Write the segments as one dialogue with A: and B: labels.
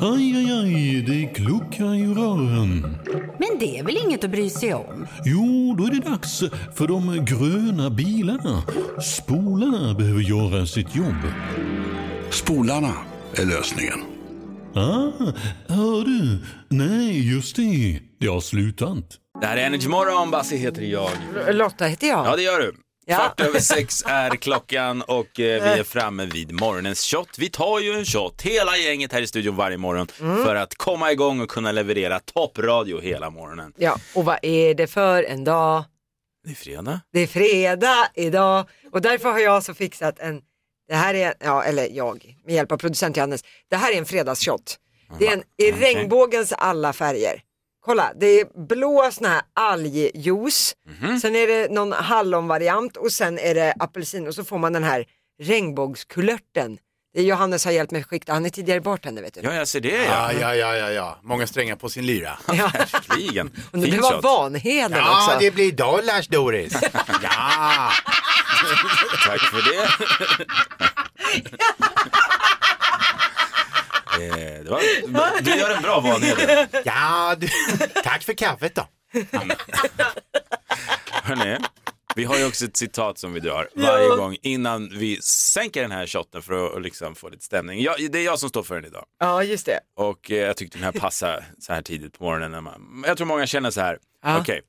A: Aj, aj, aj, det kluckar i rören.
B: Men det är väl inget att bry sig om?
A: Jo, då är det dags för de gröna bilarna. Spolarna behöver göra sitt jobb.
C: Spolarna är lösningen.
A: Ah, hör du? Nej, just det. Det har slutat.
D: Det här är Energy Morgon, Bassi heter jag.
B: Lotta heter jag.
D: Ja, det gör du.
B: Ja.
D: Kvart över sex är klockan och eh, vi är framme vid morgonens shot. Vi tar ju en shot, hela gänget här i studion varje morgon, för att komma igång och kunna leverera toppradio hela morgonen.
E: Ja, och vad är det för en dag?
D: Det är fredag.
E: Det är fredag idag och därför har jag så fixat en, det här är, ja eller jag, med hjälp av producent Johannes, det här är en fredagsshot. Det är en i
D: Okej.
E: regnbågens alla färger. Kolla, det är blå sån här algjuice,
D: Mhm.
E: sen är det någon hallonvariant och sen är det apelsin och så får man den här regnbågskulörten. Det är Johannes har hjälpt mig skikta, han är tidigare bartender vet du.
D: Ja, jag ser det ja.
F: Ja, ja, ja, ja, ja. Många strängar på sin lyra.
E: Ja.
D: Verkligen.
E: Och det
D: Fin
E: var
D: shot.
E: Vanheden
F: Ja,
E: också.
F: det blir dollars, Doris. Ja.
D: Tack för det. Eh, det var, du gör en bra van Hedlund.
F: Ja, du. Tack för kaffet då.
D: Hörrni, vi har ju också ett citat som vi drar varje gång innan vi sänker den här shotten för att liksom få lite stämning. Jag, det är jag som står för den idag.
E: ja just det.
D: Och eh, jag tyckte den här passar så här tidigt på morgonen. När man, jag tror många känner så här. Okej,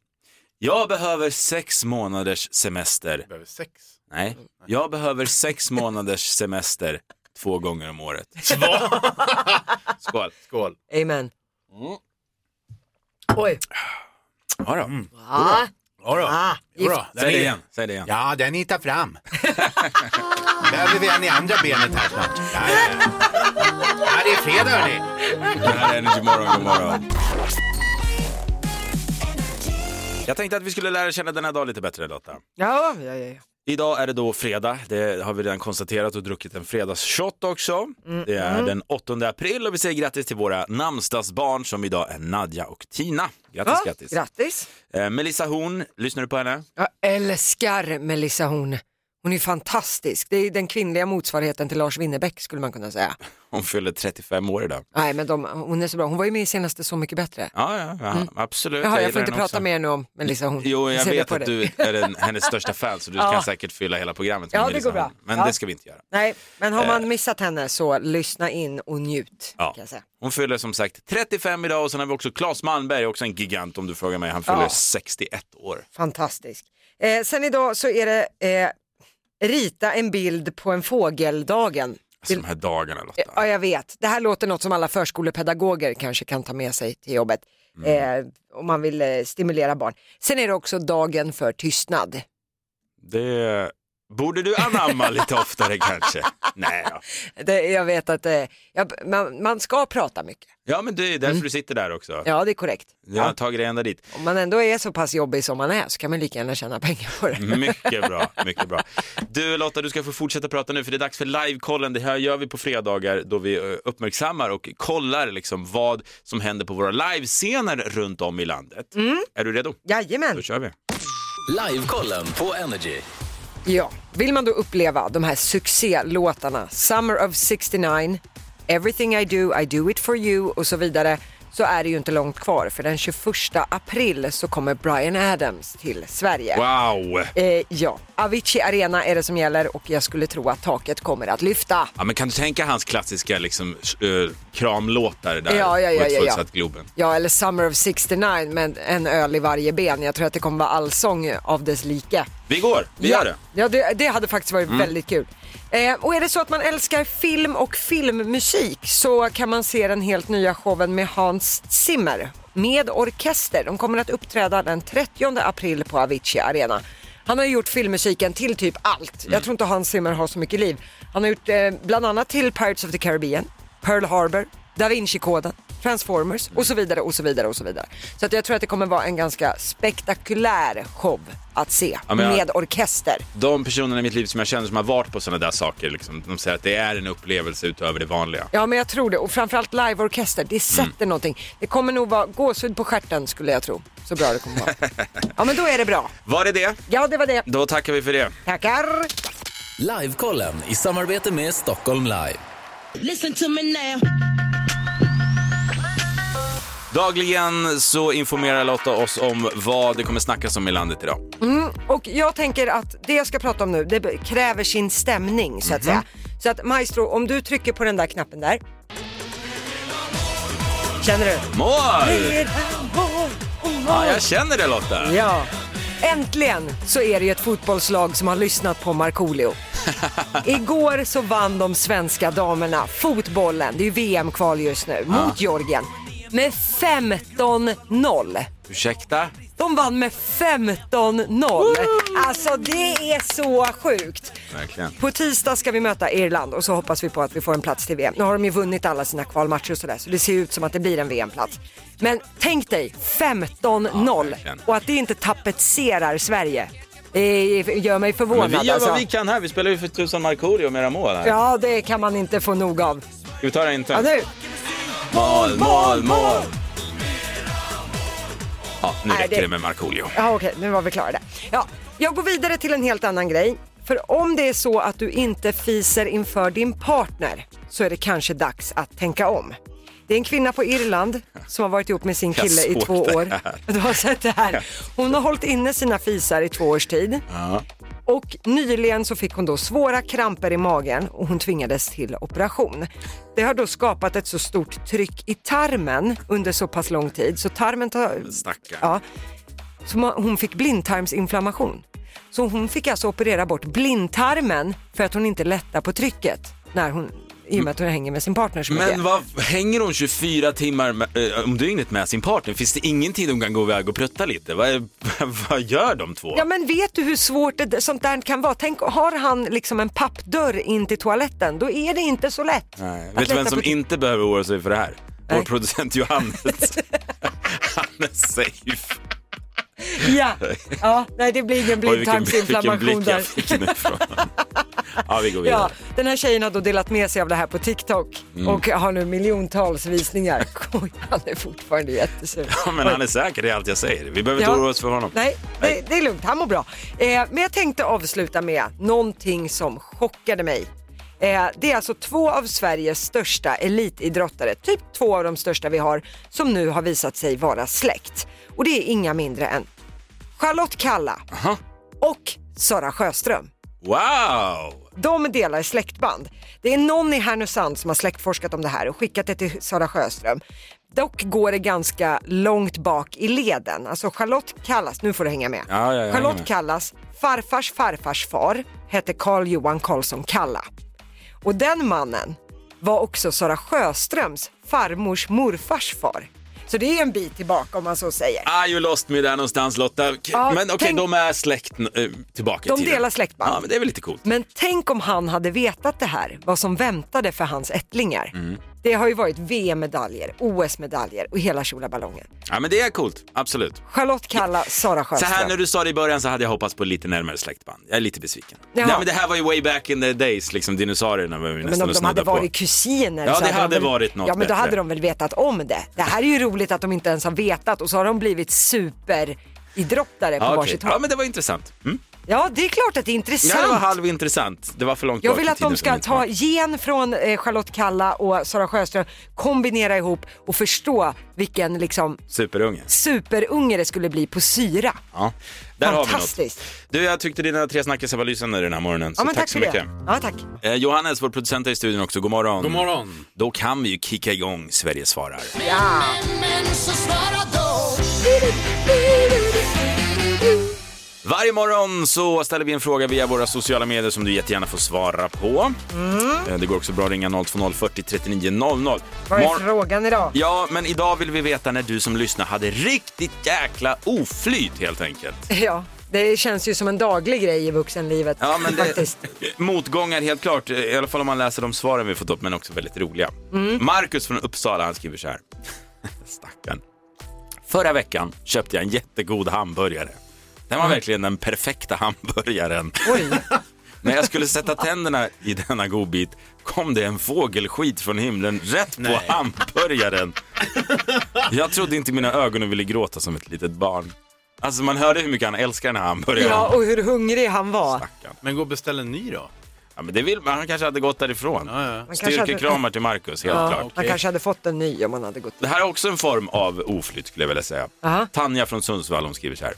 D: jag behöver sex månaders semester.
F: Behöver sex.
D: Nej, jag behöver sex månaders semester två gånger om året. Skål!
F: Skål.
E: Amen.
D: Mm.
E: Oj.
D: Ja, då.
E: Ah,
F: Mm. Ja, då.
E: ah.
F: Jo då, den
D: Säg det
F: är-
D: igen. Säg det igen.
F: Ja, den hittar fram. Behöver vi en i andra benet här snart. Ja, ja, ja. ja det är fredag hörni.
D: Det här är Energy Morgon, god morgon. Jag tänkte att vi skulle lära känna den här dagen lite bättre Lotta.
E: Ja, ja, ja. ja.
D: Idag är det då fredag, det har vi redan konstaterat och druckit en fredagsshot också. Det
E: Mm.
D: är den 8 april och vi säger grattis till våra namnsdagsbarn som idag är Nadja och Tina. Grattis,
E: Ja,
D: grattis.
E: Grattis.
D: eh, Melissa Horn, lyssnar du på henne?
E: Jag älskar Melissa Horn. Hon är fantastisk. Det är den kvinnliga motsvarigheten till Lars Winnerbäck skulle man kunna säga.
D: Hon fyller 35 år idag.
E: Nej, men de, hon är så bra. Hon var ju med i senaste Så mycket bättre.
D: Ja, ja, ja absolut.
E: Mm. Jaha, jag
D: gillar
E: får inte
D: henne
E: prata
D: också.
E: mer nu om Melissa Horn.
D: Jo, jag
E: ser det
D: vet
E: på
D: att
E: dig.
D: du är den, hennes största fan så du
E: Ja.
D: kan säkert fylla hela programmet med
E: Ja, det
D: Melissa
E: går bra.
D: Horn. Men
E: Ja.
D: det ska vi inte göra.
E: Nej, men har man missat henne så lyssna in och njut.
D: Eh. Ja.
E: Kan jag säga.
D: Hon fyller som sagt 35 idag och sen har vi också Claes Malmberg, också en gigant om du frågar mig. Han fyller
E: Ja.
D: 61 år.
E: Fantastisk. Eh, sen idag så är det eh, rita en bild på en fågeldagen.
D: Alltså de här dagarna Lotta.
E: Ja, jag vet. Det här låter något som alla förskolepedagoger kanske kan ta med sig till jobbet.
D: Mm.
E: Eh, om man vill eh, stimulera barn. Sen är det också dagen för tystnad.
D: Det borde du anamma lite oftare kanske. Nej då.
E: Det, jag vet att eh, jag, man, man ska prata mycket.
D: Ja men det är därför du sitter där också.
E: Ja, det är korrekt.
D: Jag har tagit dig ända dit.
E: Om man ändå är så pass jobbig som man är så kan man lika gärna tjäna pengar på det.
D: Mm. Mycket bra, mycket bra. Du Lotta, du ska få fortsätta prata nu för det är dags för livekollen. Det här gör vi på fredagar då vi eh, uppmärksammar och kollar liksom vad som händer på våra livescener runt om i landet.
E: Mm.
D: Är du redo? Då
E: Jajamän.
D: kör vi.
G: Livekollen på Energy.
E: Ja. Vill man då uppleva de här succélåtarna, Summer of 69, Everything I Do, I Do It For You och så vidare, så är det ju inte långt kvar för den 21 april så kommer Bryan Adams till Sverige.
D: Wow!
E: Eh, ja, Avicii Arena är det som gäller och jag skulle tro att taket kommer att lyfta.
D: Ja, men kan du tänka hans klassiska liksom, eh, kramlåtar där
E: Ja, ja, ja,
D: på ett
E: ja,
D: fullsatt
E: ja.
D: Globen?
E: Ja, eller Summer of 69 med en öl i varje ben. Jag tror att det kommer vara allsång av dess like.
D: Vi går, vi
E: ja.
D: gör det.
E: Ja, det, det hade faktiskt
D: Mm.
E: varit väldigt kul. Eh, och är det så att man älskar film och filmmusik så kan man se den helt nya showen med Hans Zimmer med orkester. De kommer att uppträda den 30 april på Avicii Arena. Han har ju gjort filmmusiken till typ allt.
D: Mm.
E: Jag tror inte Hans Zimmer har så mycket liv. Han har gjort eh, bland annat till Pirates of the Caribbean, Pearl Harbor, Da Vinci-koden, Transformers och så vidare och så vidare och så vidare. Så att jag tror att det kommer vara en ganska spektakulär show att se
D: Ja, men jag-
E: med orkester.
D: De personerna i mitt liv som jag känner som har varit på sådana där saker, liksom, de säger att det är en upplevelse utöver det vanliga.
E: Ja men jag tror det och framförallt liveorkester, det sätter
D: Mm.
E: någonting. Det kommer nog vara gåshud på stjärten skulle jag tro. Så bra det kommer vara. ja men då är det bra.
D: Var det det?
E: Ja det var det.
D: Då tackar vi för det.
E: Tackar.
G: Livekollen i samarbete med Stockholm Live.
H: Listen to me now.
D: Dagligen så informerar Lotta oss om vad det kommer snackas om i landet idag.
E: Och jag tänker att det jag ska prata om nu, det be- kräver sin stämning så att säga.
D: Mhm.
E: Så att maestro, om du trycker på den där knappen där. Känner du?
D: Mål! Ja, jag känner det Lotta.
E: Ja. Äntligen så är det ju ett fotbollslag som har lyssnat på Markoolio. Igår så vann de svenska damerna fotbollen, det är ju VM-kval just nu, mot Georgien med 15-0.
D: Ursäkta?
E: De vann med 15-0. Alltså det är så sjukt.
D: Verkligen.
E: På tisdag ska vi möta Irland och så hoppas vi på att vi får en plats till VM. Nu har de ju vunnit alla sina kvalmatcher och sådär så det ser ju ut som att det blir en VM-plats. Men tänk dig 15-0
D: verkligen.
E: och att det inte tapetserar Sverige. Det gör mig
D: Men
E: förvånad
D: vi gör
E: alltså.
D: vad vi kan här. Vi spelar ju för tusan Markoolio med era mål här.
E: Ja, det kan man inte få nog av.
D: Ska vi ta det inte?
E: Ja, nu.
D: Mål, mål, mål! Ja, nu
E: Nej,
D: räcker
E: det-
D: det med Markoolio.
E: Ja, okej, nu var vi klara där. Ja, jag går vidare till en helt annan grej. För om det är så att du inte fiser inför din partner så är det kanske dags att tänka om. Det är en kvinna på Irland som har varit ihop med sin
D: Jag
E: kille i
D: såg
E: två
D: det
E: år.
D: här.
E: Du har sett det här. Hon har hållit inne sina fisar i två års tid. Och nyligen så fick hon då svåra kramper i magen och hon tvingades till operation. Det har då skapat ett så stort tryck i tarmen under så pass lång tid så tarmen tar,
D: Stackarn.
E: Ja. Så ma- hon fick blindtarmsinflammation. Så hon fick alltså operera bort blindtarmen för att hon inte lättar på trycket när hon, i och med att hon hänger med sin partner så mycket.
D: Men vad hänger hon 24 timmar med, eh, om dygnet med sin partner? Finns det ingen tid hon kan gå iväg och prutta lite? Vad, är, vad gör de två?
E: Ja men vet du hur svårt det, sånt där kan vara? Tänk, har han liksom en pappdörr in till toaletten, då är det inte så lätt.
D: Nej.
E: att
D: Vet du vem
E: lätta
D: som
E: på trycket.
D: inte behöver oroa sig för det här? Vår
E: Nej.
D: producent Johannes. Han är safe.
E: Ja. ja, nej det blir ingen
D: Oj, vilken, vilken
E: blindtarmsinflammation
D: blick
E: där.
D: jag fick nu från Ja, vi går
E: Ja,
D: vidare.
E: den här tjejen har då delat med sig av det här på TikTok
D: Mm.
E: och har nu miljontals visningar. Oj, han är fortfarande jättesur.
D: Ja. Men han är säker, det är allt jag säger. Vi behöver inte
E: Ja.
D: oroa oss för honom.
E: Nej, det, det är lugnt. Han mår bra. Eh, men jag tänkte avsluta med någonting som chockade mig. Eh, det är alltså två av Sveriges största elitidrottare, typ två av de största vi har, som nu har visat sig vara släkt. Och det är inga mindre än Charlotte Kalla och Sara Sjöström.
D: Wow!
E: De delar släktband. Det är någon i Härnösand som har släktforskat om det här och skickat det till Sara Sjöström. Dock går det ganska långt bak i leden. Alltså Charlotte Kallas, nu får du hänga med.
D: Ja, ja, jag hänger
E: Charlotte
D: med.
E: Kallas farfars farfars far hette Carl Johan Karlsson Kalla. Och den mannen var också Sara Sjöströms farmors morfars far. Så det är en bit tillbaka om man så säger.
D: Ah, you lost me där någonstans Lotta. K-
E: Ja,
D: men okej,
E: tänk-
D: de är släkt eh, tillbaka i
E: De
D: tiden.
E: delar släktband.
D: Ja, men det är väl lite coolt.
E: Men tänk om han hade vetat det här, vad som väntade för hans ättlingar. Det har ju varit VM-medaljer, OS-medaljer och hela tjolaballongen.
D: Ja, men det är coolt. Absolut.
E: Charlotte Kalla, Sara
D: Så
E: Sjöström.
D: här när du sa det i början så hade jag hoppats på lite närmare släktband. Jag är lite besviken.
E: Jaha.
D: Nej, men det här var ju way back in the days, liksom dinosaurierna var vi
E: men
D: nästan
E: om
D: och
E: de hade
D: snuddade
E: varit
D: på.
E: kusiner
D: Ja,
E: så
D: det hade
E: de väl,
D: varit något
E: Ja, men då
D: bättre.
E: hade de väl vetat om det. Det här är ju roligt att de inte ens har vetat och så har de blivit superidrottare på
D: Ja, okej.
E: varsitt håll.
D: ja, men det var intressant. Mm.
E: Ja, det är klart att det är
D: Ja, det var
E: intressant.
D: halvintressant. Det var för långt
E: jag
D: bak
E: vill
D: i
E: att de
D: tiden för
E: ska
D: min
E: ta
D: smak.
E: gen från eh, Charlotte Kalla och Sara Sjöström, kombinera ihop och förstå vilken liksom
D: Superunge.
E: superunge det skulle bli på syra.
D: Ja, där har vi något.
E: Fantastiskt.
D: Du, jag tyckte dina tre snackisar var lysande den här morgonen. Så
E: Ja, men
D: tack så
E: för
D: mycket.
E: Det. Ja, tack.
D: Eh, Johannes, vår producent är i studion också. God morgon.
F: God morgon.
D: Då kan vi ju kicka igång Sverige svarar. Varje morgon så ställer vi en fråga via våra sociala medier som du jättegärna får svara på. Eh, Det går också bra att ringa 020 40 39 00.
E: Mm. Vad är
D: Mor-
E: frågan idag?
D: Ja, men idag vill vi veta när du som lyssnar hade riktigt jäkla oflyt helt enkelt.
E: Ja, det känns ju som en daglig grej i vuxenlivet.
D: Ja, men det,
E: faktiskt.
D: motgångar helt klart, i alla fall om man läser de svaren vi fått upp, men också väldigt roliga.
E: Mm.
D: Marcus från Uppsala, han skriver så här. Stackarn. Förra veckan köpte jag en jättegod hamburgare. Den
E: Mm.
D: var verkligen den perfekta hamburgaren. När jag skulle sätta tänderna i denna godbit kom det en fågelskit från himlen rätt på hamburgaren. Jag trodde inte mina ögon och ville gråta som ett litet barn. Alltså man hörde hur mycket han älskar den här hamburgaren.
E: Ja, och hur hungrig han var.
D: Stackarn.
F: Men gå och beställ en ny då.
D: Ja, Ja, men det vill man. Han kanske hade gått därifrån.
E: kanske hade-
D: Styrkekramar till Marcus, helt
E: Ja,
D: klart.
E: Man kanske hade fått en ny om man hade gått
D: Det här är också en form av oflytt skulle jag vilja säga.
E: Aha.
D: Tanja från Sundsvall hon skriver så här.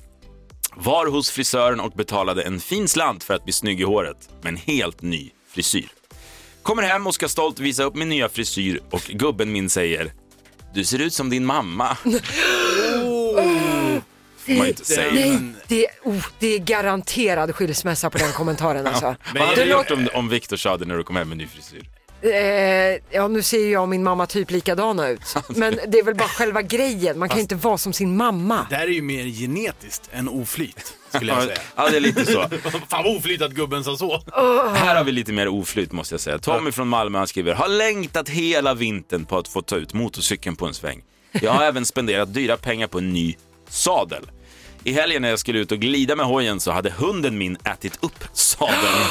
D: Var hos frisören och betalade en fin slant för att bli snygg i håret med en helt ny frisyr. Kommer hem och ska stolt visa upp min nya frisyr och gubben min säger Du ser ut som din mamma. Får man inte säga.
E: Nej, det, oh, det är garanterad skilsmässa på den kommentaren alltså.
D: Vad hade
E: Det
D: du
E: lå-
D: gjort om, om Victor sa det när du kom hem med ny frisyr?
E: Eh, ja, nu ser ju jag och min mamma typ likadana ut. Men det är väl bara själva grejen. Man kan ju inte vara som sin mamma.
H: Det här är ju mer genetiskt än oflyt, skulle jag säga.
D: Ja, det är lite så.
H: Fan vad oflyt att gubben sa så.
D: Här har vi lite mer oflyt måste jag säga. Tommy från Malmö han skriver, har längtat hela vintern på att få ta ut motorcykeln på en sväng. Jag har även spenderat dyra pengar på en ny sadel. I helgen när jag skulle ut och glida med hojen så hade hunden min ätit upp sadeln.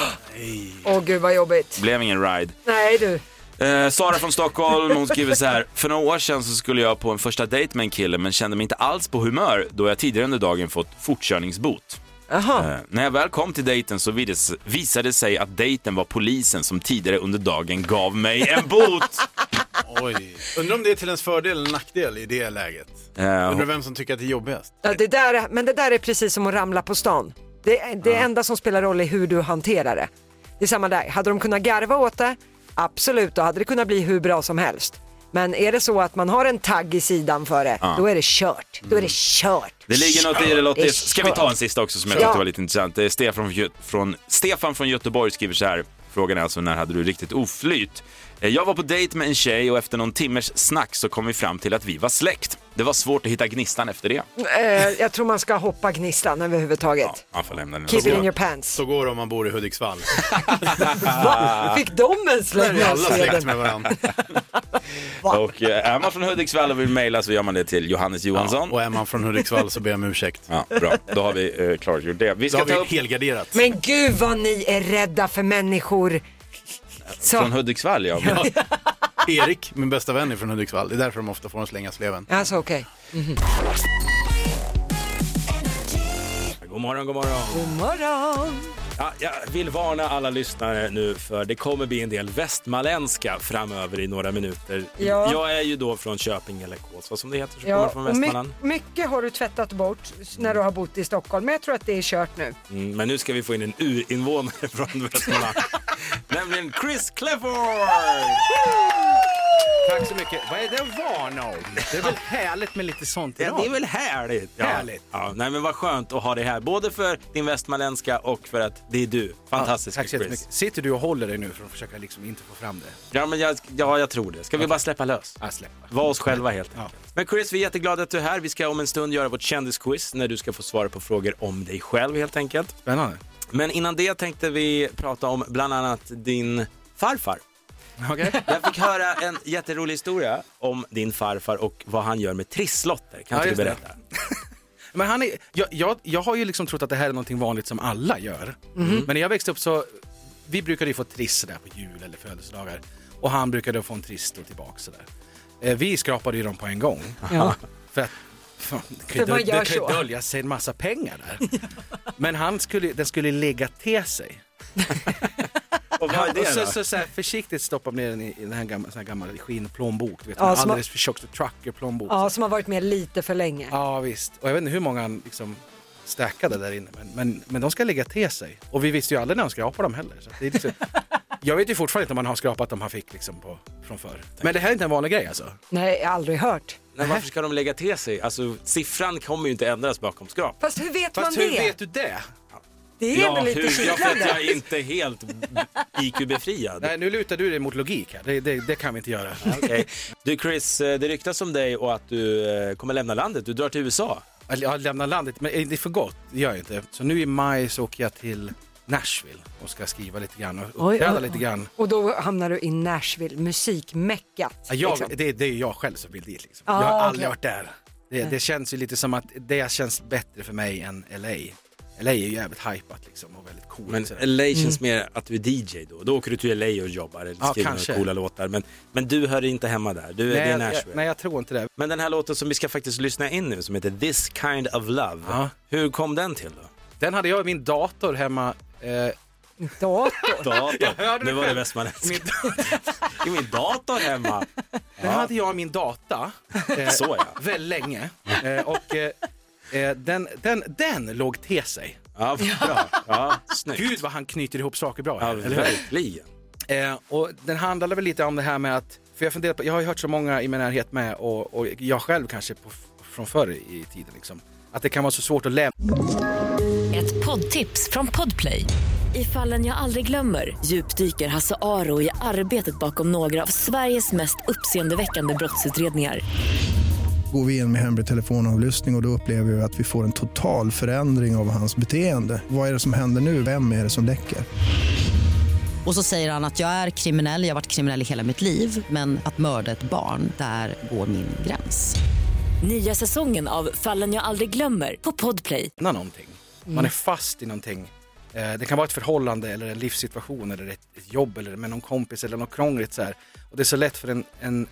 E: Åh gud vad jobbigt.
D: Blev ingen ride.
E: Nej du.
D: Eh, Sara från Stockholm hon skriver så här. För några år sedan så skulle jag på en första dejt med en kille men kände mig inte alls på humör då jag tidigare under dagen fått fortkörningsbot.
E: Jaha.
D: Eh, När jag väl kom till dejten så vides- visade det sig att dejten var polisen som tidigare under dagen gav mig en bot.
H: Oj. Undrar om det är till ens fördel eller nackdel i det läget.
D: Eh,
H: Undrar vem som tycker att det är jobbigast.
E: Ja, det där, är- men det där är precis som att ramla på stan. Det, det enda som spelar roll är hur du hanterar det. Det är samma där. Hade de kunnat garva åt det, absolut, då hade det kunnat bli hur bra som helst. Men är det så att man har en tagg i sidan för det, då är det kört. Då
H: Mm.
E: är det kört.
D: Det ligger något i det Lottis. Ska vi ta en sista också som jag tyckte
E: Ja.
D: var lite intressant. Det är Stefan från, Gö- från, Stefan från Göteborg skriver så här. Frågan är alltså när hade du riktigt oflyt? Eh, Jag var på dejt med en tjej och efter någon timmes snack så kom vi fram till att vi var släkt. Det var svårt att hitta gnistan efter det.
E: Eh, jag tror man ska hoppa gnistan överhuvudtaget.
D: Ja, man får lämna den.
E: Keep it in your pants.
H: Så går det om man bor i Hudiksvall.
E: Va? Fick de en
H: Där
E: släng
H: är
E: av
H: alla släkt
E: seden?
H: med varandra.
D: Och eh, är man från Hudiksvall och vill mejla så gör man det till Johannes Johansson.
H: Och är man från Hudiksvall så ber jag om ursäkt.
D: Alltså? Ja, bra. Då har vi eh, klargjort det. Vi
H: Då
D: ska
H: har
D: ta
H: vi
D: upp
H: helgarderat.
E: Men gud vad ni är rädda för människor.
D: från
E: Så,
D: Hudiksvall, ja. Men-
H: Erik, min bästa vän, är från Hudiksvall. Det är därför de ofta får en släng av sleven.
E: alltså okej.
D: God morgon, god morgon.
E: God morgon.
I: Ja, jag vill varna alla lyssnare nu för det kommer bli en del västmanländska framöver i några minuter.
E: Ja.
I: Jag är ju då från Köping eller Kås, vad som det heter, som kommer
E: Ja,
I: från
E: och my-
I: Västmanland.
E: mycket har du tvättat bort när du har bott i Stockholm, men jag tror att det är kört nu.
I: Mm, men nu ska vi få in en urinvånare från Västmanland, nämligen Chris Clifford!
F: Tack så mycket. Vad är det att varna om? Det är väl härligt med lite sånt
I: Ja, det är väl härligt? Ja.
F: Härligt.
I: Ja, nej, men vad skönt att ha det här, både för din västmanländska och för att det är du. Fantastisk
F: Tack så
I: Chris.
F: jättemycket. Sitter du och håller dig nu för att försöka liksom inte få fram det?
I: Ja, men jag, ja, jag tror det. Ska vi bara släppa lös?
F: Ah, släpp.
I: Var oss själva helt enkelt. Men Chris, vi är jätteglada att du är här. Vi ska om en stund göra vårt kändisquiz när du ska få svara på frågor om dig själv helt enkelt.
F: Spännande.
I: Men innan det tänkte vi prata om bland annat din farfar.
F: Okej.
I: Jag fick höra en jätterolig historia om din farfar och vad han gör med trisslotter. Kan
F: Ja,
I: inte du
F: just det.
I: berätta?
F: Men han är, jag, jag, jag har ju liksom trott att det här är någonting vanligt som alla gör.
E: Mhm.
F: Men när jag växte upp så, vi brukade ju få triss sådär på jul eller födelsedagar. Och han brukade få en triss då tillbaka sådär. Eh, vi skrapade ju dem på en gång. För att, fan, det kan ju
E: För man
F: döl- det
E: gör
F: kan ju
E: så.
F: dölja sig en massa pengar där. Men han skulle, den skulle ligga till sig.
I: Och vad är
F: och
I: det
F: så,
I: då?
F: så, så här, försiktigt stoppade ner den i, i den här gamla, sån här gammal skinnplånbok. Du vet,
E: Ja,
F: en
E: som-
F: alldeles för tjock så trucker-plånbok.
E: Ja, som har varit med lite för länge.
F: Ja visst, och jag vet inte hur många han liksom stackade där inne, men, men, men de ska lägga till sig. Och vi visste ju aldrig när han skrapade dem heller. Så att det är liksom, jag vet ju fortfarande inte om han har skrapat dem han fick liksom på, från förr. Men det här är inte en vanlig grej alltså?
E: Nej, jag har aldrig hört.
I: Nej, varför ska de lägga till sig? Alltså, siffran kommer ju inte ändras bakom skrap.
E: Fast hur vet
F: Fast
E: man
F: hur
E: det?
F: vet du det?
E: Det är väl
I: hur-
E: lite
I: ja, för att
E: kittlande?
I: jag är inte helt IQ-befriad.
F: Nej, nu lutar du dig mot logik här. Det, det, det kan vi inte göra.
I: Okej. Du Chris, eh, det ryktas om dig och att du eh, kommer lämna landet. Du drar till USA.
F: Att Jag lämnar landet, men eh, det är för gott. Det gör jag inte. Så nu i maj så åker jag till Nashville och ska skriva lite grann och
E: Oj,
F: uppträda
E: oj, oj.
F: lite grann.
E: Och då hamnar du i Nashville, musikmeckat.
F: Ja, Jag,
E: liksom.
F: det, det är ju jag själv som vill dit. Liksom.
E: Ah,
F: jag har
E: okej.
F: aldrig varit där. Det, det känns ju lite som att det känns bättre för mig än LA. LA är ju jävligt hypat liksom och väldigt coolt.
I: Men
F: sådär.
I: LA känns mer att du är DJ då. Då åker du till LA och jobbar eller
F: Ja,
I: skriver
F: kanske.
I: några coola låtar. Men, men du hör inte hemma där. Du är
F: nej,
I: i
F: jag,
I: Nashville.
F: nej, jag tror inte det.
I: Men den här låten som vi ska faktiskt lyssna in nu som heter This Kind of Love.
F: Ja.
I: Hur kom den till då?
F: Den hade jag i min dator hemma eh,
E: Dator.
D: Dator. Nu var det västmanländska. I min dator hemma.
F: Nu hade jag min data eh,
D: Så ja.
F: väldigt länge eh, och eh, eh, den, den, den låg till sig.
D: Ja, bra. Ja, snyggt.
F: Gud vad han knyter ihop saker bra.
D: Ja,
F: här, eller hur?
D: verkligen.
F: Eh, och den handlade väl lite om det här med att, för jag funderar på, jag har ju hört så många i min närhet med och, och jag själv kanske på, från förr i tiden liksom, att det kan vara så svårt att lämna
J: Ett poddtips från Podplay. I fallen jag aldrig glömmer djupdyker Hasse Aro i arbetet bakom några av Sveriges mest uppseendeväckande brottsutredningar.
K: Går vi in med hemlig telefonavlyssning och, och då upplever vi att vi får en total förändring av hans beteende. Vad är det som händer nu? Vem är det som läcker?
J: Och så säger han att jag är kriminell, jag har varit kriminell i hela mitt liv men att mörda ett barn, där går min gräns. Nya säsongen av Fallen jag aldrig glömmer på Podplay.
F: någonting. Man är fast i någonting. Eh, det kan vara ett förhållande eller en livssituation eller ett, ett jobb eller med någon kompis eller något krångligt så här. Och det är så lätt för en, en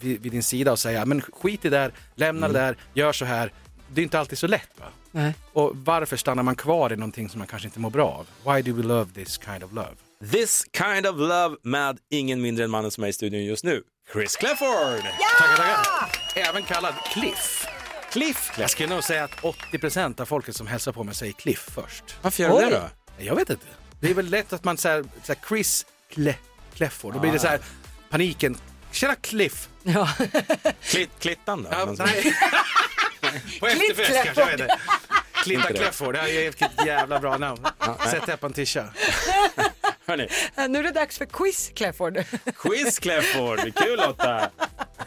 F: vid, vid din sida att säga, men skit i det där, lämna det där, gör så här. Det är inte alltid så lätt va?
B: Nej.
F: Och varför stannar man kvar i någonting som man kanske inte mår bra av? Why do we love this kind of love?
D: This kind of love med ingen mindre än mannen som är i studion just nu. Chris Clafford!
F: Tackar, tackar. Även kallad Cliff. Cliff. Jag skulle nog säga att 80 av folket som hälsar på mig säger Cliff först.
D: Varför gör du det då?
F: Jag vet inte. Det är väl lätt att man säger så här, Chris Cle- Clefford. Då blir det så här paniken. Tjena Cliff!
B: Ja.
D: Klitt, klittan då?
F: Ja,
D: Någon som-
F: nej. På efterfest kanske, jag vet inte. Klitta
D: det.
F: Clefford, det här är ett jävla bra namn. Sätt upp en tisha.
D: Hörni,
E: Nu är det dags för quiz, Clefford.
D: quiz Clafford! Kul Lotta!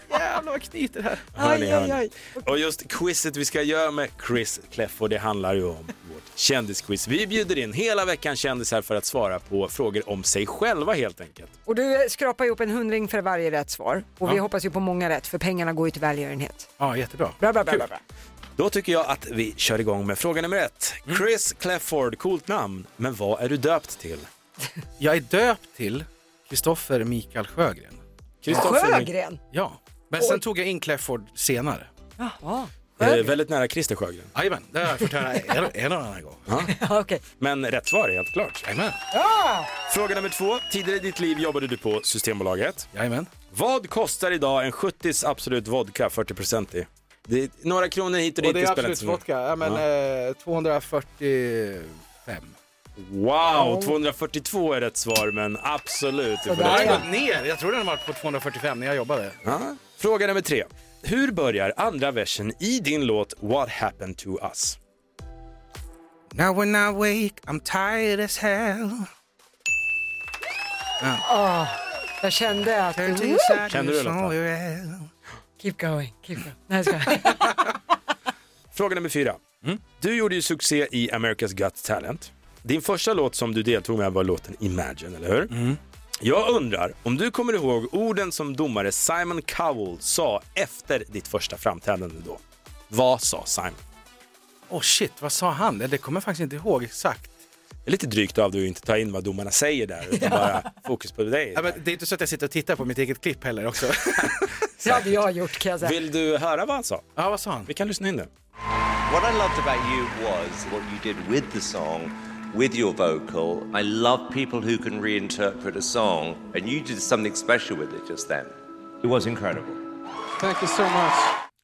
F: Jävlar vad knyter det här.
D: Hörni,
E: Aj, aj,
D: hörni.
E: aj.
D: Och just quizet vi ska göra med Chris Clafford, det handlar ju om vårt kändisquiz. Vi bjuder in hela veckan kändisar för att svara på frågor om sig själva helt enkelt.
E: Och du eh, skrapar ihop en hundring för varje rätt svar. Och vi hoppas ju på många rätt för pengarna går ju till välgörenhet.
F: Ja, jättebra.
E: Bra, bra, bra, bra. bra.
D: Då tycker jag att vi kör igång med fråga nummer ett.
F: Mm.
D: Chris Clafford, coolt namn, men vad är du döpt till?
F: Jag är döpt till Kristoffer Mikael Sjögren.
E: Sjögren!
F: Ja, men sen tog jag in Clefford senare.
E: Jaha.
D: Eh, väldigt nära Christer Sjögren.
F: Jajamän, det har jag fått höra en, en och annan gång.
E: Ja, okej.
D: Men rätt svar är helt klart.
F: Jajamän.
D: Fråga nummer två. Tidigare i ditt liv jobbade du på Systembolaget.
F: Jajamän.
D: Vad kostar idag en 70s Absolut Vodka 40% i? Det är några kronor hit och dit.
F: Och det är
D: spelar inte
F: absolut
D: så mycket.
F: vodka. Ja, men, eh, 245.
D: Wow, 242 är rätt svar, men absolut. Du får
E: Sådär,
D: rätt.
E: ja.
F: gått ner. Jag trodde den var på 245 när jag jobbade.
D: Ja. Fråga nummer tre. Hur börjar andra versen i din låt What happened to us?
F: Now when I wake I'm tired as hell.
E: Jag kände att...
D: Kände du Lotta?
E: Keep going, keep going. Nej, jag skojar.
D: Fråga nummer fyra.
F: Mm.
D: Du gjorde ju succé i America's Got Talent. Din första låt som du deltog med var låten Imagine, eller hur?
F: Mm.
D: Jag undrar om du kommer ihåg orden som domare Simon Cowell sa efter ditt första framträdande då? Vad sa Simon?
F: Åh shit, vad sa han? Det kommer jag faktiskt inte ihåg exakt.
D: Det är lite drygt av dig att inte ta in vad domarna säger där, utan bara fokus på dig.
F: Ja, men det är inte så att jag sitter och tittar på mitt eget klipp heller också.
E: Det hade jag gjort kan jag säga.
D: Vill du höra vad han sa?
F: ja, vad sa han?
D: Vi kan lyssna in det.
I: What I loved about you was what you did with the song, with your vocal. I love people who can reinterpret a song, and you did something special with it just then. It was incredible.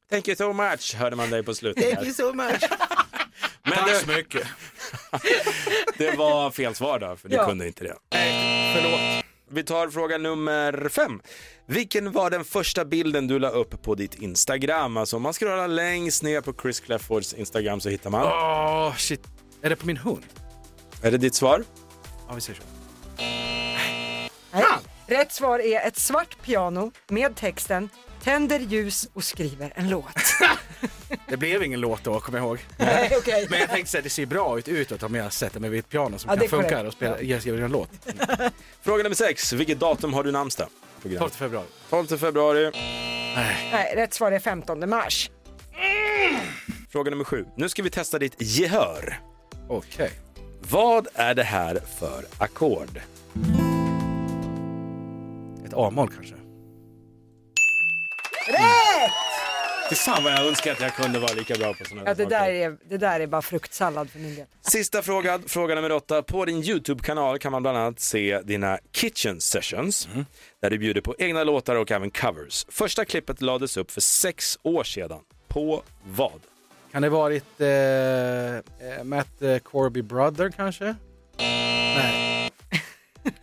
D: Thank you so much, hörde man dig på slutet. Thank you so much. Men Tack så mycket. det var fel svar då, för du
E: Ja.
D: kunde inte det. Nej, förlåt. Vi tar fråga nummer fem. Vilken var den första bilden du la upp på ditt Instagram? Alltså om man scrollar längst ner på Chris Cleffords Instagram så hittar man.
F: Åh shit, är det på min hund?
D: Är det ditt svar?
F: Ja, vi säger så.
E: Rätt svar är ett svart piano med texten Tänder ljus och skriver en låt.
F: Det blev ingen låt då, kommer jag ihåg.
E: Nej, okej.
F: Men jag tänkte att det ser bra ut utåt om jag sätter mig vid ett piano som
E: Ja, det
F: kan
E: är
F: funka
E: korrekt.
F: och spela, jag skriver en låt.
D: Fråga nummer sex. Vilket datum har du namnsdag?
F: 12 februari.
D: 12 februari.
E: Nej, rätt svar är 15 mars.
D: Fråga nummer sju. Nu ska vi testa ditt gehör.
F: Okej.
D: Vad är det här för ackord?
F: Ett A-moll kanske.
L: Fy fan vad jag önskar att jag kunde vara lika bra på sådana
E: Ja, det, där är, det där är bara fruktsallad för min del.
D: Sista frågan, fråga nummer åtta. På din YouTube-kanal kan man bland annat se dina kitchen sessions där du bjuder på egna låtar och även covers. Första klippet lades upp för sex år sedan. På vad?
F: Kan det varit eh, eh, Matt eh, Corby Brother kanske? Nej.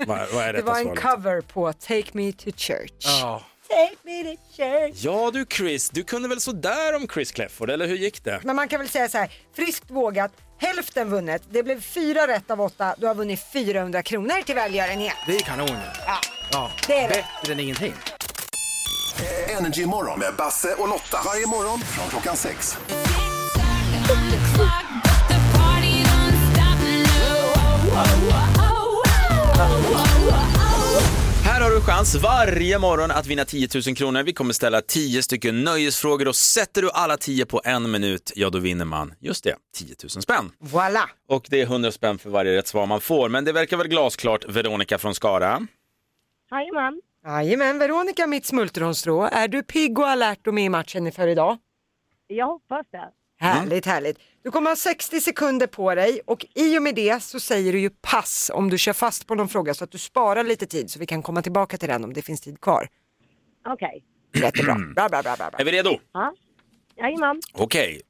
D: vad, vad är
E: Det var en cover på Take Me To Church.
D: Ja.
E: Take me to church.
D: ja du Chris, du kunde väl sådär om Chris Clefford, eller hur gick det?
E: Men man kan väl säga så här, friskt vågat, hälften vunnet. Det blev fyra rätt av åtta. Du har vunnit 400 kronor till välgörenhet.
F: Det är kanon.
E: Ja,
F: Ja.
E: det är det.
F: Bättre än ingenting.
M: Energy morgon med Basse och Lotta. Varje morgon från klockan sex.
D: Här har du chans varje morgon att vinna 10 000 kronor. Vi kommer ställa 10 stycken nöjesfrågor och sätter du alla 10 på en minut, ja då vinner man, just det, 10 000 spänn.
E: Voilà.
D: Och det är 100 spänn för varje rätt svar man får. Men det verkar väl glasklart, Veronica från Skara.
E: Jajamän. Jajamän, Veronica mitt smultronstrå. Är du pigg och alert och med i matchen för idag?
N: Jag hoppas det.
E: Härligt, härligt. Du kommer ha 60 sekunder på dig och i och med det så säger du ju pass om du kör fast på någon fråga så att du sparar lite tid så vi kan komma tillbaka till den om det finns tid kvar.
N: Okej.
E: Jättebra. Bra, bra, bra, bra, bra.
D: Är vi redo?
N: Ja. Jajamän.
D: Okej,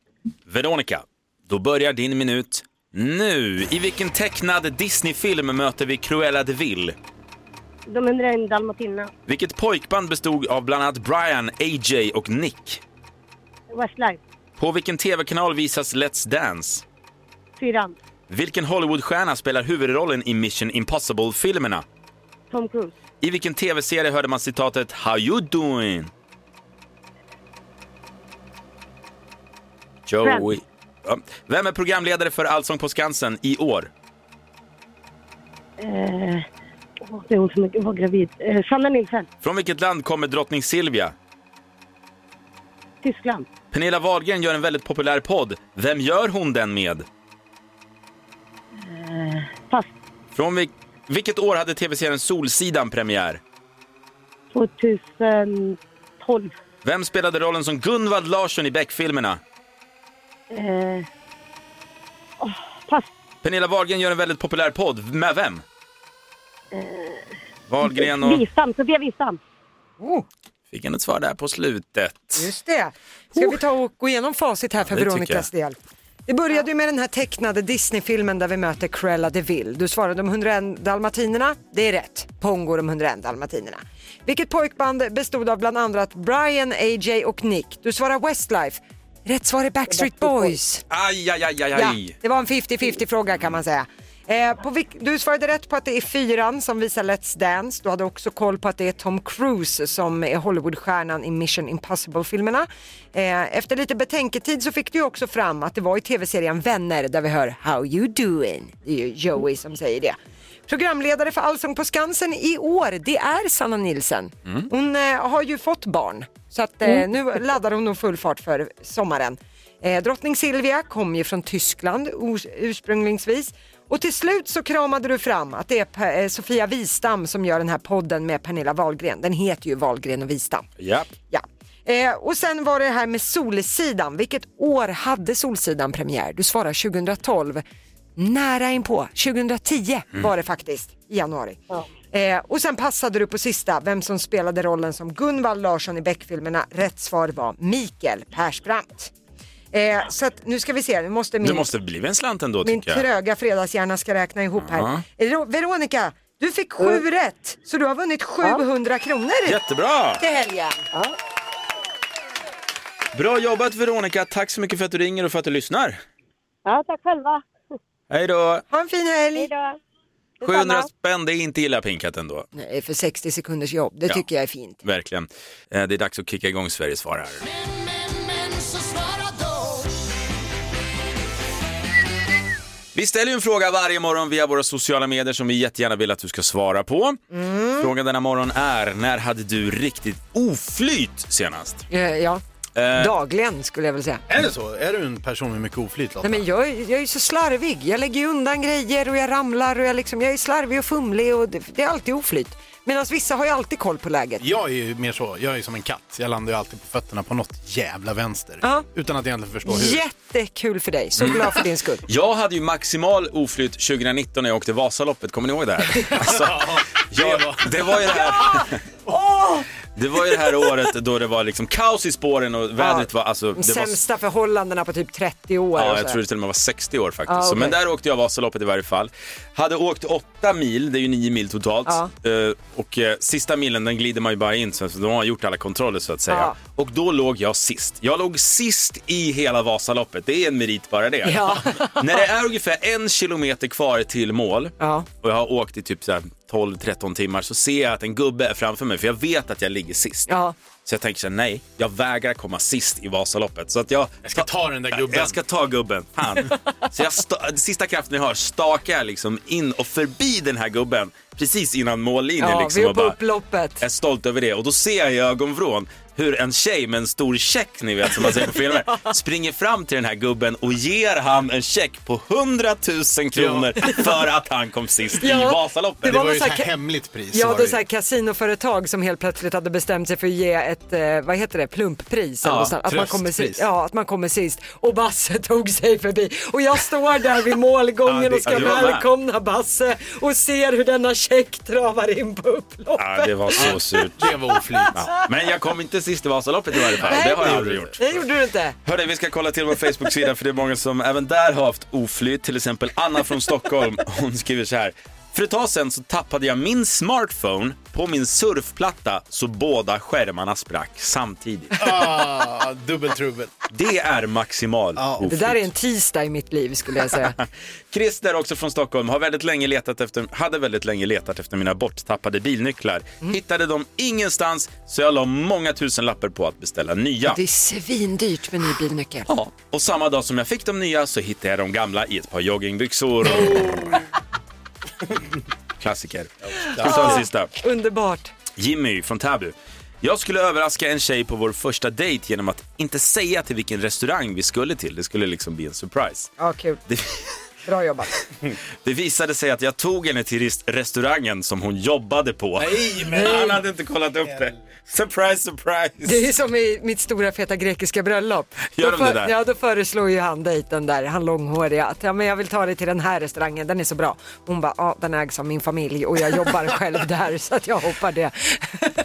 D: Veronica, då börjar din minut nu. I vilken tecknad Disney-film möter vi Cruella de Vil?
N: De undrar en dalmatina.
D: Vilket pojkband bestod av bland annat Brian, AJ och Nick?
N: Westlife.
D: På vilken tv-kanal visas Let's Dance?
N: Fyran.
D: Vilken Hollywoodstjärna spelar huvudrollen i Mission Impossible-filmerna?
N: Tom Cruise.
D: I vilken tv-serie hörde man citatet “How you doing?” Joey.
N: Friends.
D: Ja. Vem är programledare för Allsång på Skansen i år?
N: Eh, åh, det är hon som är- var gravid. Eh, Sanna Nilsson.
D: Från vilket land kommer drottning Silvia?
N: Tyskland.
D: Pernilla Wahlgren gör en väldigt populär podd. Vem gör hon den med?
N: Eh, pass.
D: Från vil- vilket år hade tv-serien Solsidan premiär?
N: 2012.
D: Vem spelade rollen som Gunvald Larsson i Beck-filmerna?
N: Eh,
D: Pernilla Wahlgren gör en väldigt populär podd. Med vem?
N: eh,
D: Wahlgren och...
N: Wistam. Sofia Wistam.
D: Fick en ett svar där på slutet.
E: Just det. Ska vi ta och gå igenom facit här för
D: det tycker
E: Veronicas del? Det började ju med den här tecknade Disney-filmen där vi möter Cruella de Vil. Du svarade om 101 dalmatinerna. Det är rätt. Pongo de 101 dalmatinerna. Vilket pojkband bestod av bland annat Brian, AJ och Nick? Du svarar Westlife. Rätt svar är Backstreet Boys.
D: Aj, aj, aj, aj,
E: Ja,
D: aj.
E: det var en 50-50 fråga kan man säga. Eh, på vilk- du svarade rätt på att det är fyran som visar Let's Dance. Du hade också koll på att det är Tom Cruise som är Hollywoodstjärnan i Mission Impossible-filmerna. Eh, efter lite betänketid så fick du ju också fram att det var i tv-serien Vänner där vi hör How you doing? Det är ju Joey som säger det. Programledare för Allsång på Skansen i år, det är Sanna Nilsen.
O: Mm.
E: Hon eh, har ju fått barn, så att, eh,
O: Mm.
E: nu laddar hon nog full fart för sommaren. Eh, drottning Silvia kom ju från Tyskland ors- ursprunglingsvis. Och till slut så kramade du fram att det är Per- eh, Sofia Wistam som gör den här podden med Pernilla Wahlgren. Den heter ju Wahlgren och Wistam.
D: Ja.
E: Ja. Eh, och sen var det här med Solsidan. Vilket år hade Solsidan premiär? Du svarar 2012. Nära inpå. 2010
D: Mm.
E: var det faktiskt, i januari. Eh, och sen passade du på sista, vem som spelade rollen som Gunvald Larsson i Beck-filmerna. Rätt svar var Mikael Persbrandt. Eh, så att, nu ska vi se, nu måste min,
D: Det måste bli en slant ändå,
E: min
D: tycker jag.
E: tröga fredagshjärna ska räkna ihop
D: Ja.
E: här. Ero- Veronica, du fick sju rätt, så du har vunnit 700 kronor
D: Jättebra!
E: till helgen.
D: Bra jobbat, Veronica. Tack så mycket för att du ringer och för att du lyssnar.
N: Ja, tack själva.
D: Hej då!
E: Ha en fin helg.
N: Hej då.
D: 700 spänn, det är inte illa pinkat ändå.
E: Nej, eh, för 60 sekunders jobb, det
D: Ja.
E: tycker jag är fint.
D: Verkligen. Eh, Det är dags att kicka igång Sveriges svar här. Vi ställer ju en fråga varje morgon via våra sociala medier som vi jättegärna vill att du ska svara på. Frågan denna morgon är, när hade du riktigt oflyt senast?
E: Eh, ja,
D: Eh,
E: dagligen skulle jag väl säga.
H: Är det så? Är du en person med mycket oflyt Lotta?
E: Nej, men jag, är- jag är ju så slarvig. Jag lägger ju undan grejer och jag ramlar och jag, liksom, jag är slarvig och fumlig och det, det är alltid oflyt. Medan vissa har ju alltid koll på läget.
H: Jag är ju mer så, jag är ju som en katt. Jag landar ju alltid på fötterna på något jävla vänster. Utan att egentligen förstå hur.
E: Jättekul för dig, så glad för din
D: Mm.
E: skull.
D: Jag hade ju maximal oflytt 2019 när jag åkte Vasaloppet, kommer ni ihåg det här? Alltså, jag, det var ju det här. Det var ju det här året då det var liksom kaos i spåren och vädret var... Alltså,
E: De
D: det var
E: sämsta förhållandena på typ 30 år. och
D: Ja,
E: så
D: jag
E: där.
D: tror det till och med var 60 år faktiskt.
E: Ja,
D: så,
E: okej.
D: men där åkte jag Vasaloppet i varje fall. Hade åkt 8 mil, det är ju 9 mil totalt. Eh, och eh, sista milen den glider man ju bara in, så så de har gjort alla kontroller så att säga.
E: Ja.
D: Och då låg jag sist. Jag låg sist i hela Vasaloppet, det är en merit bara det.
E: Ja.
D: När det är ungefär en kilometer kvar till mål och jag har åkt i typ så här 12-13 timmar så ser jag att en gubbe är framför mig för jag vet att jag ligger sist. Så jag tänker så här, nej, jag vägrar komma sist i Vasaloppet. Så att jag, jag ska ta den där gubben. Jag ska ta gubben. Fan. Så jag sta- sista kraften jag har stakar jag liksom in och förbi den här gubben precis innan mållinjen.
E: Ja,
D: liksom,
E: vi är
D: och
E: på
D: bara-
E: upploppet.
D: är stolt över det och då ser jag i ögonvrån hur en tjej med en stor check, ni vet som man säger på filmer, springer fram till den här gubben och ger han en check på 100 000 kronor för att han kom sist i
E: Ja,
D: Vasaloppet.
E: det var Det var någon ju så här sån här ka-
H: hemligt pris.
E: Ja, det är så här kasinoföretag som helt plötsligt hade bestämt sig för att ge ett, eh, vad heter det, plumppris eller
D: Ja,
E: något sånt. att man, kommer
D: tröstpris.
E: sist, ja, att man kommer sist. Och Basse tog sig förbi. Och jag står där vid målgången
D: Ja, det-
E: och ska
D: ja, du var med.
E: välkomna Basse och ser hur denna check travar in på upploppet.
D: Ja, det var så surt.
H: Det var oflyt.
D: Ja. Men jag kom inte sist i Vasaloppet i varje fall.
E: Nej,
D: Det har jag
E: men-
D: aldrig gjort.
E: Det gjorde du inte.
D: Hörde, vi ska kolla till vår Facebook-sida för det är många som även där har haft oflyt. Till exempel Anna från Stockholm. Hon skriver så här. För ett tag sedan så tappade jag min smartphone på min surfplatta så båda skärmarna sprack samtidigt.
H: Ah, dubbeltrubbel.
D: Det är maximal
E: Det
D: oflyt.
E: där är en tisdag i mitt liv skulle jag säga.
D: Christer också från Stockholm har väldigt länge letat efter, hade väldigt länge letat efter mina borttappade bilnycklar.
E: Mm.
D: Hittade dem ingenstans så jag la många tusen lapper på att beställa nya.
E: Det är svindyrt med ny bilnyckel.
D: Ja. Och samma dag som jag fick de nya så hittade jag de gamla i ett par joggingbyxor. Klassiker. Ska vi ta den sista?
E: Underbart.
D: Jimmy från Täby. Jag skulle överraska en tjej på vår första dejt genom att inte säga till vilken restaurang vi skulle till. Det skulle liksom bli en surprise.
E: Ja, kul. Bra jobbat.
D: Det visade sig att jag tog henne till rest- restaurangen som hon jobbade på.
E: Nej, men-
D: han hade inte kollat upp det. Surprise, surprise!
E: Det är som i mitt stora feta grekiska bröllop.
D: Gör
E: då,
D: de det där?
E: Ja, då föreslår ju han dejten där, han långhåriga, att ja, men jag vill ta dig till den här restaurangen, den är så bra. Hon bara, ja den ägs av min familj och jag jobbar själv där så att jag hoppar det.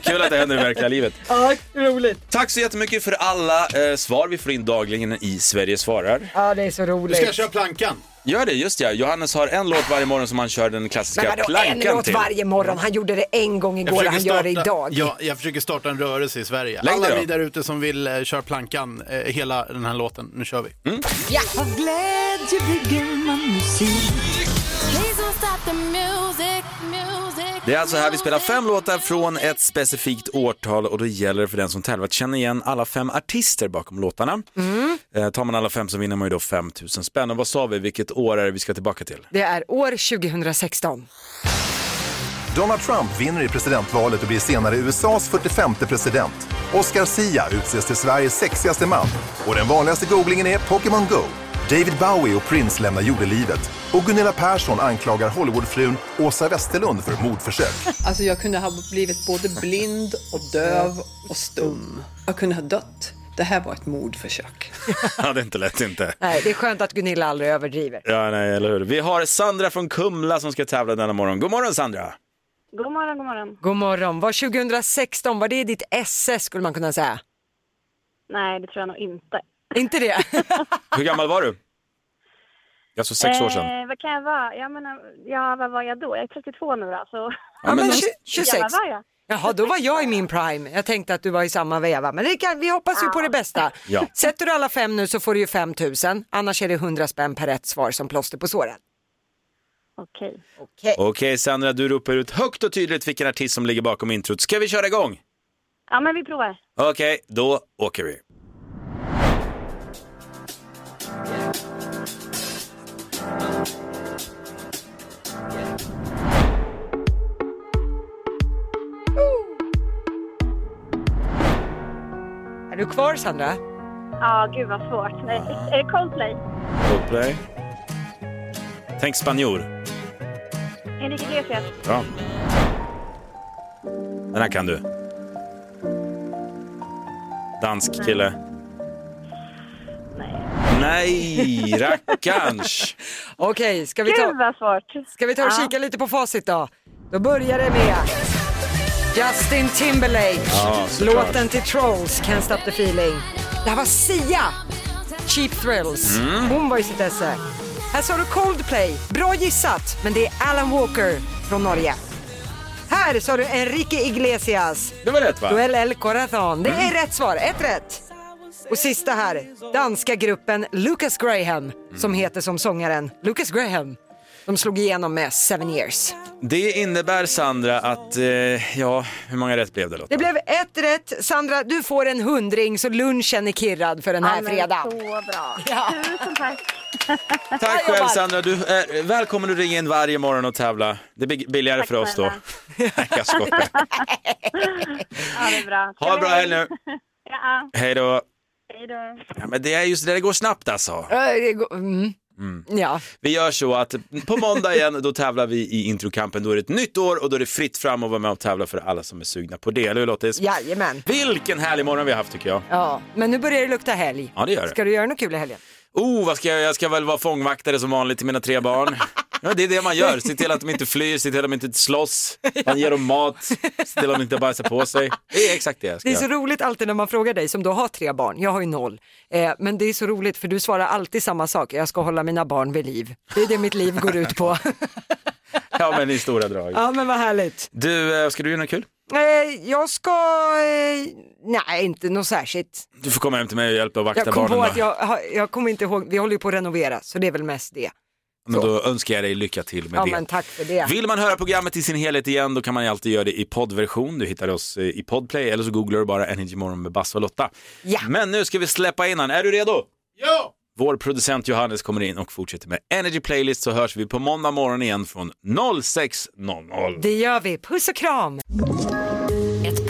D: Kul att det händer i verkliga livet.
E: Ja, roligt.
D: Tack så jättemycket för alla eh, svar vi får in dagligen i Sverige svarar.
E: Ja, det är så roligt.
H: Ska jag köra plankan?
D: Gör det, just ja. Johannes har en låt varje morgon som han kör den
E: Men
D: klassiska
E: vadå, en
D: plankan
E: låt
D: till.
E: varje morgon? Han gjorde det en gång
H: Jag
E: igår och
H: försöker
E: han gör det
H: starta-
E: idag.
H: Ja, jag försöker starta en rörelse i Sverige.
D: Lägg det
H: Alla
D: då.
H: vi där ute som vill eh, köra plankan, eh, hela den här låten. Nu kör vi.
O: Ja. Av glädje bygger man musik. Please don't stop the music, music.
D: Det är alltså här vi spelar fem låtar från ett specifikt årtal och då gäller det för den som tävlar att känna igen alla fem artister bakom låtarna.
E: Mm.
D: Eh, tar man alla fem så vinner man ju då 5 000 spänn. Och vad sa vi, vilket år är det vi ska tillbaka till?
E: Det är år 2016.
M: Donald Trump vinner i presidentvalet och blir senare USAs 45 president. Oscar Sia utses till Sveriges sexigaste man. Och den vanligaste googlingen är Pokémon Go. David Bowie och Prince lämnar jordelivet. Och Gunilla Persson anklagar Hollywoodfrun Åsa Westerlund för mordförsök.
P: Alltså jag kunde ha blivit både blind och döv och stum. Jag kunde ha dött. Det här var ett mordförsök.
D: Ja, det är inte lätt inte.
E: Nej, det är skönt att Gunilla aldrig överdriver.
D: Ja, nej, eller hur. Vi har Sandra från Kumla som ska tävla denna morgon. God morgon Sandra!
N: God morgon, god morgon.
E: God morgon. Var 2016, var det ditt SS skulle man kunna säga?
N: Nej, det tror jag nog inte.
E: Inte det?
D: Hur gammal var du? Jag så sex år sedan.
N: Eh, vad kan jag vara? Jag menar, ja, vad var jag då? Jag är 32 nu då, så...
E: Ja, men tju-
N: Hur
E: 26.
N: gammal var jag?
E: Jaha, då var jag i min prime. Jag tänkte att du var i samma veva, men det kan, vi hoppas ju på det bästa.
N: Ja.
E: Sätter du alla fem nu så får du ju 5 000, annars är det 100 spänn per rätt svar som plåster på såren.
N: Okej.
E: Okej
D: Sandra, du ropar ut högt och tydligt vilken artist som ligger bakom introt. Ska vi köra igång?
N: Ja, men vi provar.
D: Okej, då åker vi.
E: Är du kvar Sandra?
N: Ja, gud vad svårt. Nej, är det Coldplay?
D: Coldplay. Tänk spanjor.
N: Enrique Iglesias?
D: Bra. Den här kan du. Dansk kille. Nej, rackarns.
E: Okej, ska vi ta, ska vi ta och
D: Ja.
E: kika lite på facit då? Då börjar det med Justin Timberlake,
O: Ja, såklart.
E: låten till Trolls, Can't Stop The Feeling. Det här var Sia, Cheap Thrills.
O: Mm.
E: Hon var i sitt esse. Här sa du Coldplay, bra gissat, men det är Alan Walker från Norge. Här sa du Enrique Iglesias.
D: Det var rätt va?
E: Duell El Corazon. Det är
D: Mm.
E: rätt svar, ett rätt. Och sista här, danska gruppen Lucas Graham
D: Mm.
E: som heter som sångaren Lucas Graham. De slog igenom med Seven Years.
D: Det innebär Sandra att, eh, ja, hur många rätt blev det Lotta?
E: Det blev ett rätt. Sandra, du får en hundring så lunchen är kirrad för den här
O: Ja, men
E: fredagen.
O: Så bra. Tusen tack.
D: Tack själv Sandra, du är välkommen att ringa in varje morgon och tävla. Det blir billigare för oss då. Nej, jag skojar.
O: Ja, det är bra.
D: Ha en bra helg nu.
O: Ja,
D: Hej då.
O: hej då.
D: Ja, men det är just det, det går snabbt alltså.
E: Äh, det går- Mm.
D: Mm.
E: Ja.
D: Vi gör så att på måndag igen, då tävlar vi i introkampen. Då är det ett nytt år och då är det fritt fram att vara med och tävla för alla som är sugna på det. Eller hur Lottis?
E: Jajamän.
D: Vilken härlig morgon vi har haft tycker jag.
E: Ja, men nu börjar det lukta helg.
D: Ja, det gör det.
E: Ska du göra något kul i helgen?
D: Oh, vad ska jag, jag ska väl vara fångvaktare som vanligt till mina tre barn. Ja, det är det man gör. Se till att de inte flyr, se till att de inte slåss. Man ger dem mat, se till att de inte bajsar på sig. Det är exakt det jag ska
E: Det är så
D: göra.
E: roligt alltid när man frågar dig som då har tre barn, jag har ju noll, eh, men det är så roligt för du svarar alltid samma sak, jag ska hålla mina barn vid liv. Det är det mitt liv går ut på.
D: Ja, men i stora drag.
E: ja men vad härligt.
D: Du, eh, ska du göra något kul?
E: Eh, jag ska, eh, nej inte något särskilt.
D: Du får komma hem till mig och hjälpa och vakta
E: Jag kom
D: barnen
E: på
D: då.
E: att jag, har- jag kommer inte ihåg, vi håller ju på att renovera så det är väl mest det.
D: Men då önskar jag dig lycka till med
E: ja
D: det.
E: men tack för det.
D: Vill man höra programmet i sin helhet igen då kan man ju alltid göra det i poddversion. Du hittar oss eh, i Podplay eller så googlar du bara Energy Morgon med Basse och Lotta. Men nu ska vi släppa in han. Är du redo? Ja! Vår producent Johannes kommer in och fortsätter med Energy Playlist så hörs vi på måndag morgon igen från 06.00.
E: Det gör vi, puss och kram!
Q: Ett